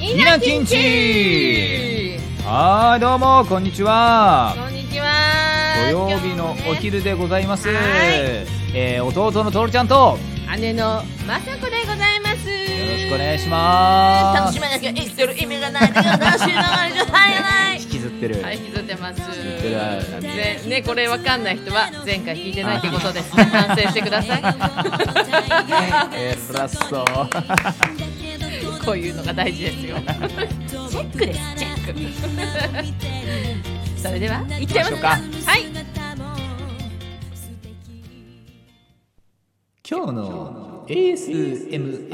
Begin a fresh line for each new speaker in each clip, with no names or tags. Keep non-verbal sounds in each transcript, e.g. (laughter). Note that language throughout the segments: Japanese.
ニナキンチはーいどうもこんにちは
こんにち
土
は
曜日のお昼でございます、
はい
えー弟のトルちゃんと
姉のまさこでございますよ
よろしくお願いします
楽しめなきゃ生きてる意味がない楽しい流れじゃない
引きずってる、
はい引きずってます
引きずってる
ぜねこれわかんない人は前回聞いてないってことです反省してください
えー、そら
(laughs)
っそう
こういうのが大事ですよチェックですチェックそれでは行っちゃいます
行きま
はい
今日の ASMR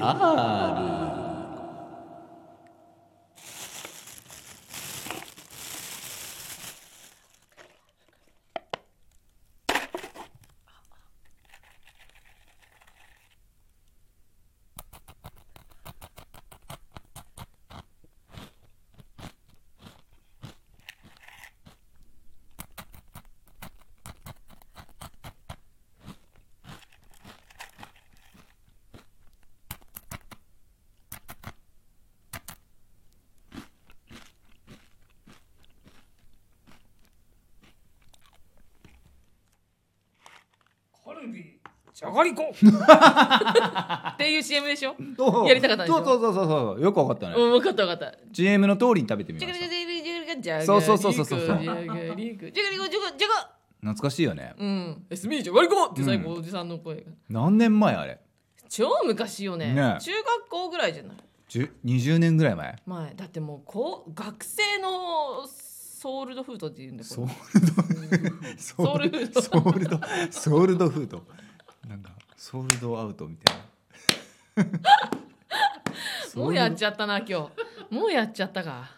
カルビじゃがりこ
っていう CM でしょ
おう
やりたかったんでしょ
そうそうそうそうそうよくわかったね、
うん分かった分かった
GM の通りに食べてみ
ジ
ま
ャ
し
グ
た
リジャグリジャグリジャグリ
そうそうそうそうそう
ジャグリジャグリジャグジャグ
懐かしいよね
うんエスミージャグリコって最後おじさんの声が
何年前あれ
超昔よね
ね
中学校ぐらいじゃない
10 20年ぐらい前
前だってもうこう学生のソウルドフードって言うんだよこれ
ソ
ウ
ウルドソ
ルフード
(laughs) ソウルドソウルドフードなんかソウルドアウトみたいな
(laughs) もうやっ
ゃ
ちゃったな今日もうやっちゃったか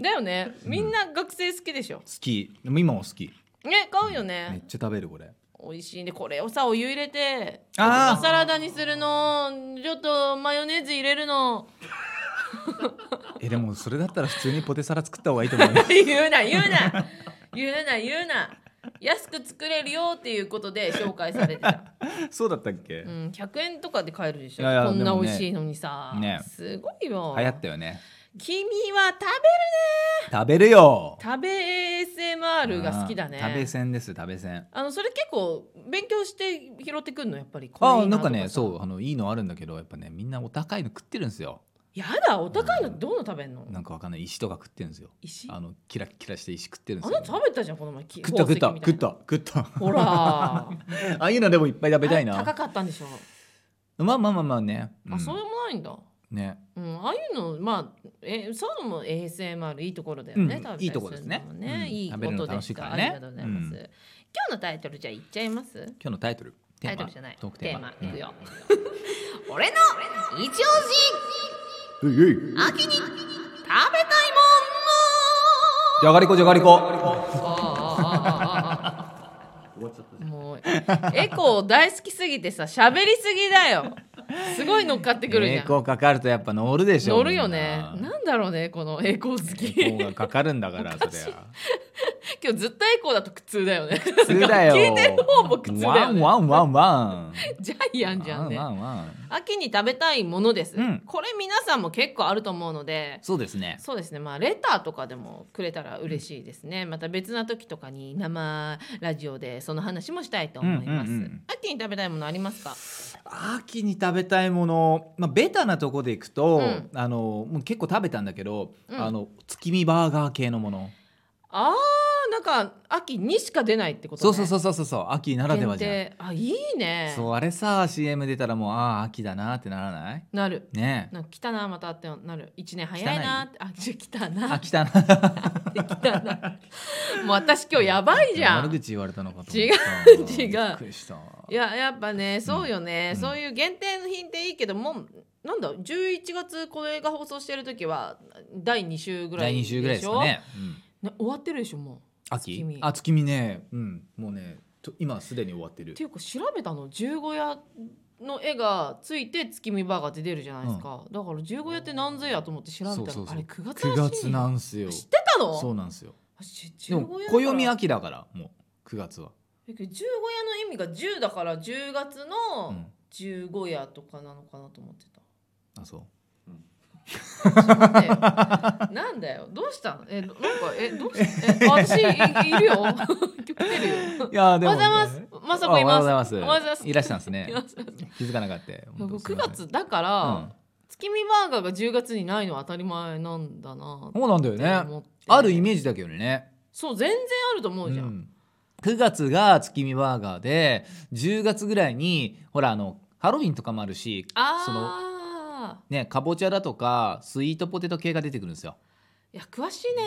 だよねみんな学生好きでしょ
好きでも今も好き
ね買うよね
めっちゃ食べるこれ
美味しいんでこれをさお湯入れてお
あー
サラダにするのちょっとマヨネーズ入れるの
えでもそれだったら普通にポテサラ作った方がいいと思うよ
言うな言うな言うな言うな安く作れるよっていうことで紹介されてた、
(laughs) そうだったっけ、
うん、100円とかで買えるでしょ
いやいや
こんな
でも
美
ね
味しいのにさ、
ね
すごいよ
流行ったよね
君は食
食べるよ
べるね食べ ASMR が好きだね
あー食べせんです食べせん
あのそれ結構勉強して拾ってくんのやっぱりこれいい
ああ
と
なんかね
さ
そうあのいいのあるんだけどやっぱねみんなお高いの食ってるんですよ
やだお高いのどうの食べんの
なんかわかんない石とか食ってるんですよ
石
あのキラッキラして石食ってるんで
あ
す
な
よ
た食べたじゃんこの前き
食った食った
宝石
食
み
った
いな
た食った
ほら
(laughs) ああいうのでもいっぱい食べた
あ
い
れ高
な。
かったんでしょ、
まあまあまあまあね。
あそういうもないんだ
うんね。
うん、ああいうのまあえそういうのも ASMR いいところだよね、
うん
食べたり
いいとこですね
るのもね
うん
いい
食
こ
べるの
とで
楽し
す
いか
から
ね
ありがとうございます、
うん
今日のタイトルじゃあいっちゃいます
今日のタイトル。テ
タ
ーマ
イトルじゃない
トーク
テ
テ
ー
ー
マ
マ。
いくよ俺の一押し
うんういうい
秋に食べた
じゃがりこじゃがりこ。
いもの
(laughs)
もうエコー大好きすぎてさ喋りすぎだよすごい乗っかってくるじゃ
栄
ん
光かかるとやっぱ乗るでしょ。
乗るよね
みんな
なんだろうねこの栄光好き
栄光がかかるんだからそれは。
今日ずっとエコーだと苦痛だよね
普通だよ。
聞いてる方も苦痛だ
ワ
よ
ン
ね
ワンワンワン。
ジャイアンじゃんね
ワンワンワン。
秋に食べたいものです、
うん
これ皆さんも結構あると思うので
そうですね。
そうですねまあレターとかでもくれたら嬉しいですね、また別な時とかに生ラジオでその話もしたいと思います、
うんうんうん
秋に食べたいものありますか
秋に食べたいもの、まあベタなとこでいくと、
うん
あのもう結構食べたんだけど、
うん
あの月見バーガー系のもの。
あーなんか秋にしか出ないってこと
そ
ね
うそうそうそうそうそう。秋ならではじゃん。
限定あいいね
そうあれさ CM 出たらもうああ秋だなってならない
なる
ねえ
なんか来たなまたってなる一年早いなってあちょ来たな
秋だな
って来たな (laughs) もう私今日やばいじゃ
悪
ん
口言われたのかと
違う
思った
違う
びっくりした
いややっぱねそうよね、
うん
そういう限定の品っていいけどもうなんだ11月これが放送してる時は第2週ぐらいで
第2
しょ
週ぐらいですかね、うん、
ね終わってるでしょもう
秋
月見
あ月見ねうんもうねと今すでに終わってる
っていうか調べたの十五夜の絵がついて月見バーガーって出るじゃないですか、だから十五夜って何ぞやと思って調べたの
そうそうそ
あ
う
れ9月ら
9
しい
月なんすよ
知ってたの
そうなんすよ
私
でも
15夜だから
暦秋だからもう9月は、
だけど十五夜の意味が10だから10月
う
の
ん、
十五夜とかなのかなと思ってた、
あそう (laughs)
なんだよどうしたのえなんかえどうしたえ私いいるよ来てるよ
いや
お
で
はようご
もね、
ざいますまさこいます
あおはようございます。
おはようございます
らしたんですね
い。やそう
気づかなかった。本当す
僕
い
9
ません。
月だから、月見バーガーが10月にないのは当たり前なんだな
うん。そうなんだ
って
よね。
思って
あるイメージだけどね。
そう全然あると思うじゃん、
ん。9月が月見バーガーで、10月ぐらいにほらあのハロウィンとかもあるし、
あ
その
あ
ねかぼちゃだとかスイートポテト系が出てくるんですよ。
いや詳しいね、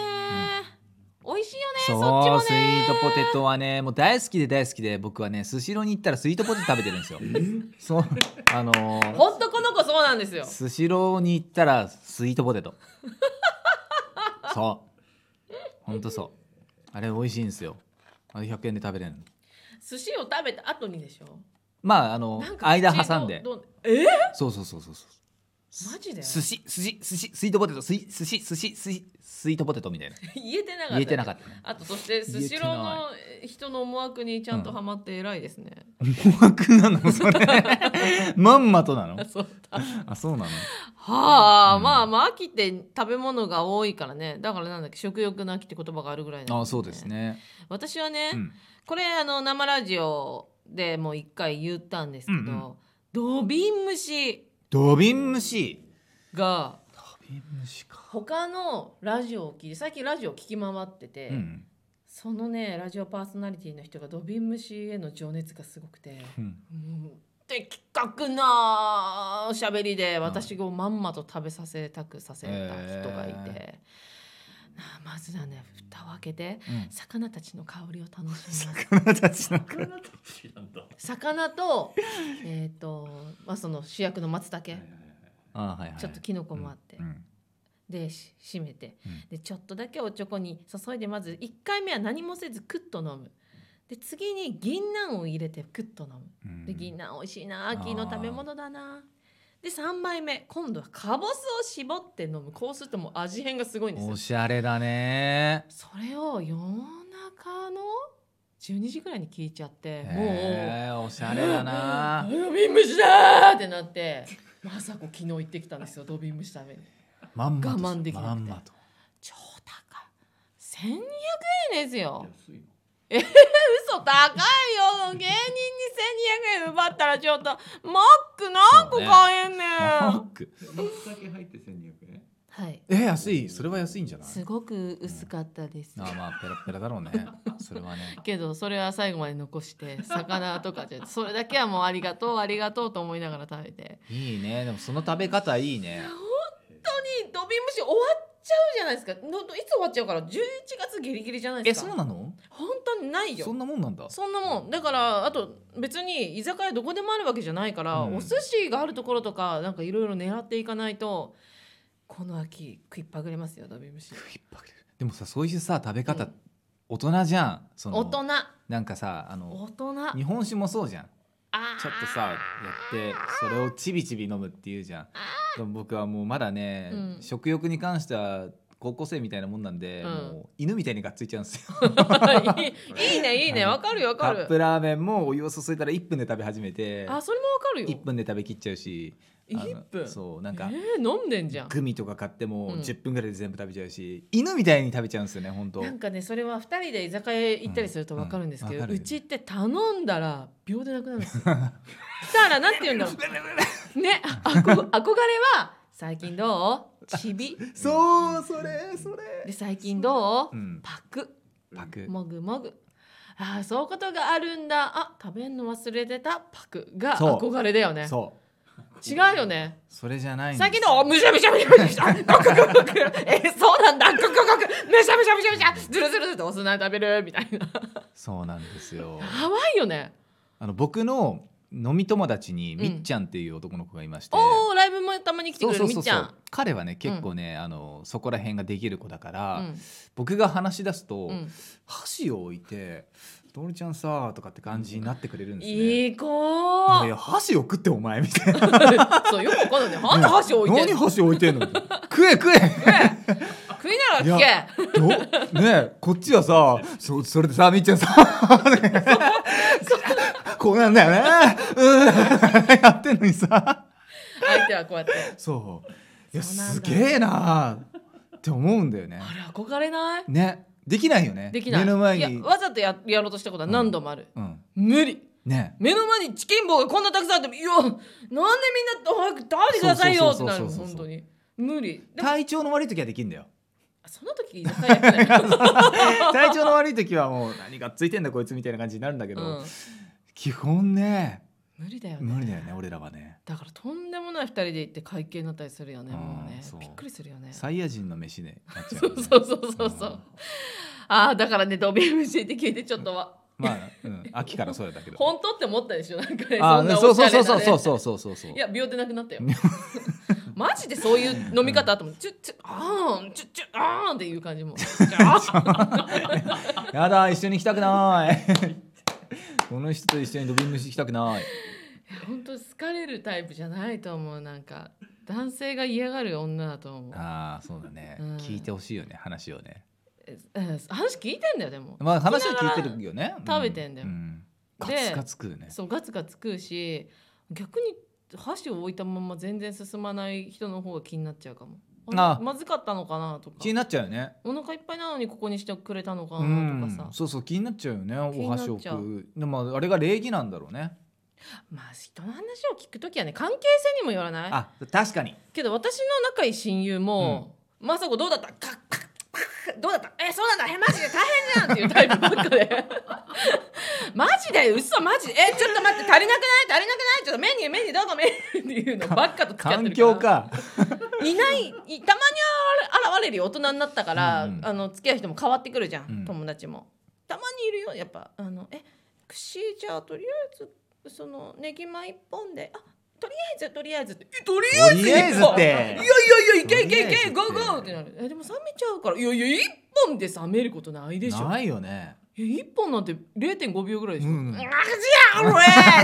美味しいよね
そ
そうっちもね
スイートポテトはねもう大好きで大好きで僕はねスシローに行ったらスイートポテト食べてる
(laughs)
んですよ。そうあのー
ほんとこの子そうなんですよ
スシローに行ったらスイートポテトそうほんとそうあれ美味しいんですよあれ100円で食べれるの
寿司を食べた後にでしょ
まああの
なんか
間挟んで
どどえ
そうそうそうそうそう
マジで
寿司寿司寿司スイートポテトスイ寿司寿司寿司スイートポテトみたいな
言えてなかった
言えてなかったね (laughs)
あとそしてスシローの人の思惑にちゃんとハマって偉いですね、
怖くなのそれ (laughs) まんまとなの
そうだ
あそうなの
はあ、
うん
まあまあ秋って食べ物が多いからねだからなんだっけ食欲の秋って言葉があるぐらいなん
あそうですね
私はね、
うん
これあの生ラジオでもう一回言ったんですけど、
うんうん
ドビン虫
ドビン蒸し
が
ドビン蒸しか
他のラジオを聞いて最近ラジオを聞き回ってて、
うん、
そのねラジオパーソナリティの人がドビン虫への情熱がすごくて。
うん、
もう的確なおしゃべりで私をまんまと食べさせたくさせた人がいて、
え
なあまずはね蓋を開けて
うん
魚たちの香りを楽しみます
魚たちの声
魚とえっと、まあ、その主役の松茸
(laughs) あはいはい
ちょっとキノコもあって、
うん
でし締めて、
うん
でちょっとだけおちょこに注いでまず1回目は何もせずクッと飲むで次に銀杏を入れてクッと飲む
うん
で銀杏美味しいな秋の食べ物だなで3枚目今度はかぼすを絞って飲むこうするともう味変がすごいんですよ
おしゃれだね
それを夜中の12時ぐらいに聞いちゃってもう
へえおしゃれだな
ドビン虫だーってなってまさこ昨日行ってきたんですよドビン虫食べに
まんまと
(laughs) 我慢できなくて
まんまと
超高い1200円ですよ
安いの
嘘高いよ芸人に1200円奪ったらちょっとマック何個買えんねん
マック
松茸入って千二百円。
はい
え安いそれは安いんじゃない
すごく薄かったです、
あまあペラペラだろうねそれはね
けどそれは最後まで残 (laughs) して魚とかじゃそれだけはもうありがとうありがとうと思いながら食べて
いいねでもその食べ方いいね
本当にドビムシ終わっちゃうじゃないですかのいつ終わっちゃうから11月ギリギリじゃない
え
ですか
そうなの
本当にないよ
そんなもんなんだ
そんなもんだからあと別に居酒屋どこでもあるわけじゃないから、
うん
お寿司があるところとかなんかいろいろ狙っていかないとこの秋食いっぱぐれますよドビムシ
食いっぱぐれるでもさそういうさ食べ方
うん
大人じゃんそ
大
の
人
なんかさあの
大人
日本酒もそうじゃん
あー
ちょっとさやってそれをちびちび飲むっていうじゃんでも僕はもうまだね、
うん
食欲に関しては高校生みたいなもんなんで、
うん
もう犬みたいにがっついちゃうんですよ
(laughs) いいいいねいいねわかるよ (laughs) わ
カ
か
ッ
る
プラーメンもお湯を注いだら1分で食べ始めて
あそれもわかるよ
1分で食べきっちゃうしあの
1分
そうなんか、
えー飲んでんじゃん
グミとか買っても
うん
10分ぐらいで全部食べちゃうし、犬みたいに食べちゃうんですよね本当
なんかねそれは2人で居酒屋へ行ったりするとわかるんですけ
うん
ど、
わ
う
かる
ちって頼んだら秒でなくなるん
(laughs)
ですよしたらなんて言うんだろうねあこ憧れは最近どうちび
そうそれそ
で
れ、
最近どう
うん、
パク
パク
もぐもぐあーそういうことがあるんだあ食べんの忘れてたパクが
そう
憧れだよね
そう
違うよね
それじゃないんです
最近のむしゃむしゃむしゃむしゃむしゃごくごくごくえそうなんだごくごくむしゃむしゃむしゃむしゃずるずるずるとお砂食べるみたいな
そうなんですよ
やばいよね
あの僕の飲み友達に
ん
みっちゃんっていう男の子がいまして、
おおライブもたまに来てく
そう
れ
そ
る
う
み
そ
っ
う
ち
そ
ゃ
うん彼はね結構ね、あのそこら辺ができる子だから、
うん
僕が話し出すと、
うん
箸を置いて「トールちゃんさ」とかって感じになってくれるんですね。い
いい子
やいや箸を食ってお前みたいな
(laughs) そうよくわかんないねなんで箸置いてん
何
の
箸置いてんの食え食え
食いながら聞
どねえこっちはさそそれでさ (laughs) みっちゃんさこうなんだよねうん (laughs) やってんのにさ
け相手はこうやって
そういや
そうなんだ
すげえなーって思うんだよね
あれ憧れない
ねできないよね
できない
目の前
い
に
やわざとややろうとしたことは何度もある、
うん
無理
ね
目の前にチキン棒がこんなたくさんあってもいやなんでみんな早く食べてくださいよってなる
そうそうそうそうそ
本当
う
に無理でも
体調の悪い時はできんだよ (laughs)
その時居酒屋やってない
体調の悪い時はもう何がっついてんだこいつみたいな感じになるんだけど、
うん
基本ね
無理だよね
無理だよね俺らはね
だからとんでもない二人で行って会計になったりするよねもう
う
ね
んそう
びっくりするよねそ
サイヤ人の飯ねなっちゃうよ
う
ね
(laughs) そうそうそうそうんああだからねドビーム教えて聞いてちょっとは
まあ、うん、秋からそうだけど
本当って思ったでしょなんかね
あ
(laughs) そんな
そ
お
う
し
そう
ゃれな、
そ
ね、
うそうそうそうそうそうそう
いや秒でなくなったよ (laughs) マジでそういう飲み方あったもんちょちょあーんちょちょあーんっていう感じも (laughs) あー
やだ一緒に行きたくないこの人と一緒にドビン飯行きたくない
本当好かれるタイプじゃないと思うなんか男性が嫌がる女だと思う
ああそうだね、
うん
聞いてほしいよね話をね
ええ話聞いてんだよでも
まあ話は聞いてるよね
きながら食べてんだよ
うガ
で
ツガツ食うね
そうガツガツ食うし逆に箸を置いたまま全然進まない人の方が気になっちゃうかもあ
あ
まずかったのかなとか
気になっちゃうよね
お腹いっぱいなのにここにしてくれたのか
う
なとか
ん
さ、
そうそう気になっちゃうよね
気に
お
なっち
箸
ゃう
を食うでもあれが礼儀なんだろうね
まあ人の話を聞くときはね関係性にもよらない
あ確かに
けど私の仲いい親友も「まさこどうだったカッカッカッどうだったえそうなんだえマジで大変じゃん」っていうタイプばっかで (laughs) マジで嘘マジでえちょっと待って足りなくない足りなくないちょっとメニューメニューどうぞメニューっていうのばっかと付き合ってる
環
から
境か
いないいたまに現れるよ大人になったから、
うんうん
あの付き合う人も変わってくるじゃん、
うん
友達もたまにいるよやっぱあのえ串じゃあとりあえずそのネギマ一本であとりあえずとりあえずってえとりあえず
とりあえずって
いやいやいやいけいけいけ
とり
ゴ
あえずって
ーゴーってなるえでも冷めちゃうからいやいや一本で冷めることないでしょ
ないよね
え一本なんて0.5秒ぐらいでしょ、
うん
マジや俺しゃあ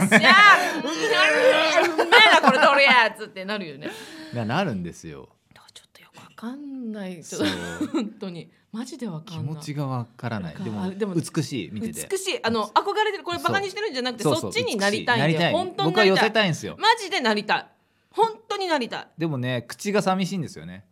うんうめえなこれとりあえずってなるよね
ななるんですよ
だからちょっとよくわかんないちょっ
そ
と
う
本当にマジでわか
気
んない
持ちがわからない
なんか
でも
でも
美しい見てて
美しいあの憧れてるこれバカにしてるんじゃなくてそっちになりたいんだよ本当に
僕
な
は
り
寄
た
せ
い
たいんですよ
マジでなりたい本当になりたい
でもね口が寂しいんですよね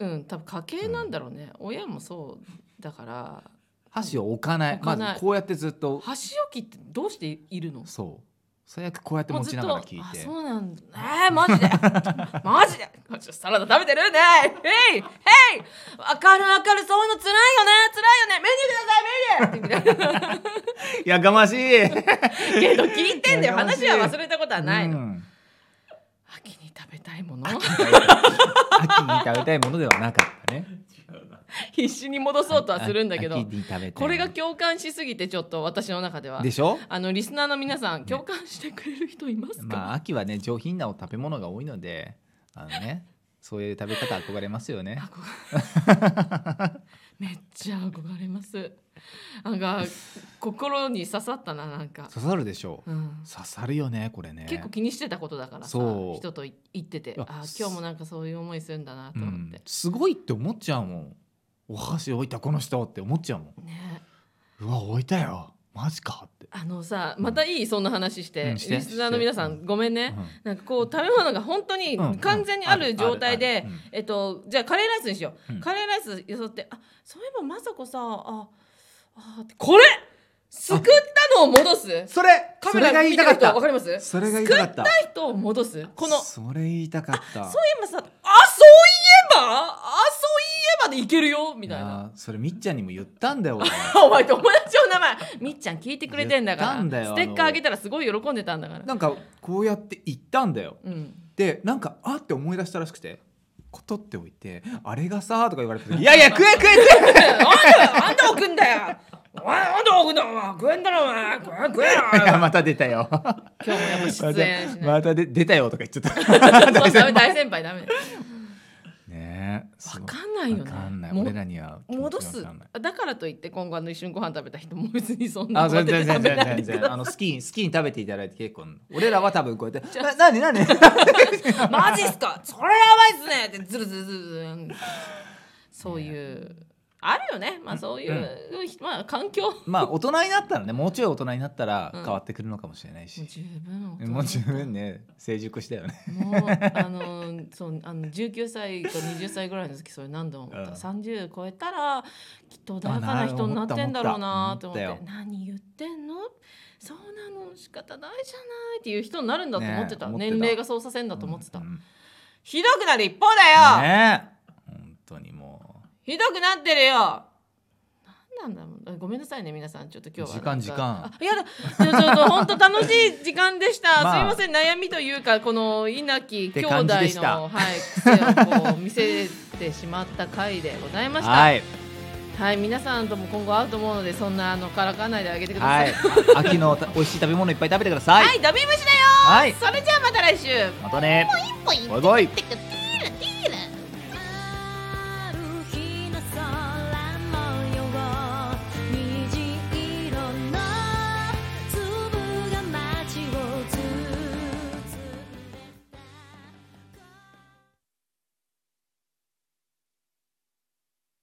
うん多分家系なんだろうね、親もそうだから
箸を置かない
置かない
まずこうやってずっと
箸置きってどうしているの
そう最悪こうやって
もうず
持ち
っ
な
と
がら聞い
あ
て
そうなんだえー、マ
(laughs)
ジでマジであちょサラダ食べてるねえいえいわかるわかるそういうの辛いよね辛いよねメニューくださいメニューって言って
やかましい
けど聞いてんだよ
やかまし
話
い
は忘れたことはないの、
うん
秋に食べたいもの (laughs)
秋に食べたいものではなかったね
必死に戻そうとはするんだけど
秋に食べたい
これが共感しすぎてちょっと私の中では
でしょ
あのリスナーの皆さん共感してくれる人いますか、
まあ秋はね上品なお食べ物が多いのであのねそういう食べ方憧れますよね
憧れめっちゃ憧れますなんか心に刺さったななんか、
刺さるでしょう
うん、
刺さるよねこれね
結構気にしてたことだからさ
そう
人とい言ってて
いや
あー今日もなんかそういう思いするんだなと
う
思っ
ん
て、
すごいって思っちゃうもんお箸置いたこの人って思っちゃうもん
ね
うわ置いたよマジかって、
あのさまたいいそんな話して,、
うんして
リスナーの皆さ
して
んごめんね、
うん
なんかこう食べ物が本当に
うん
完全にある状態で、
うんあるある
えっとじゃあカレーライスにしよう、
うん
カレーライスよそってあそういえばまさこさああってこれすくったのを戻す
それ
カメラ見てる人わかります
それが言いたかった
すくった人を戻すこのそうい
それ言いた
(laughs)
かった
えばさあそういえばあそういえばでいけるよみたいな。
やーそれみっちゃんにも言ったんだよ俺
お前友達の名前みっちゃん聞いてくれてんだか
言ったんだ
ら
よ
ス
あの
テッカーあげたらすごい喜んでたんだから
なんかこうやって言ったんだよ
うん
でなんかあって思い出したらしくて「ことっておいてあれがさ」とか言
(laughs)
われて「いやいや食え食え食え!
なんだよあんた置くんだよおいあんた置くんだよお前食えんだろお前食え食えよ」お前
また出たよ
今日もやっぱ出
ま
演したない
またで出たよとか言っちゃった
(laughs) そうダメ大先輩ダメ
ねえす
わ
ご
かんないよね
わかんない
も
俺らには気持
戻
ちがわ
す
かんない
だからといって今後あの一緒にご飯食べた人も別にそんな
あ
慌
全
てて
然
食
全
べ
然
ないで
全
くだ (laughs)
然あの好きに好きに食べていただいて結構俺らは多分こうやって「な何何?」
さいマジっすかそれやばいっすねってズルズルズルズルそういうあるよねまあそういう、まあ環境
(laughs) まあ大人になったらねもうちょい大人になったら
うん
変わってくるのかもしれないし、
十分
もう十分ね成熟したよね
もうあのそうあの19歳か20歳ぐらいの時それ何度も思った、
うん
30超えたらきっと穏やかな人になってんだろうなと思って
思った思った
何言ってんのそうなの仕方ないじゃないっていう人になるんだと思ってた,、
ねえ思ってた
年齢がそうさせんだと思ってた、
うん
ひどくなる一方だよ、
ねえ本当にも
ひどくなってるよなんなんだろうあごめんなさいね皆さんちょっと今日は
時間
なんか
時間
あいやだでもちょっと本当楽しい時間でした、
(laughs) まあ
すいません悩みというかこの稲木
て
兄弟
感じでした
の、はい、癖をこう見せてしまった回でございま
う
した
は
はい、
い
皆さんとも今後会うと思うのでそんなあのからかわないであげてくださ
はいい
は
秋のた美味しい食べ物いっぱい食べてくださ
い、
い
ダビムシだよ
はい
それじゃあまた来週
またね
ポインポイン
バイバイ
ってください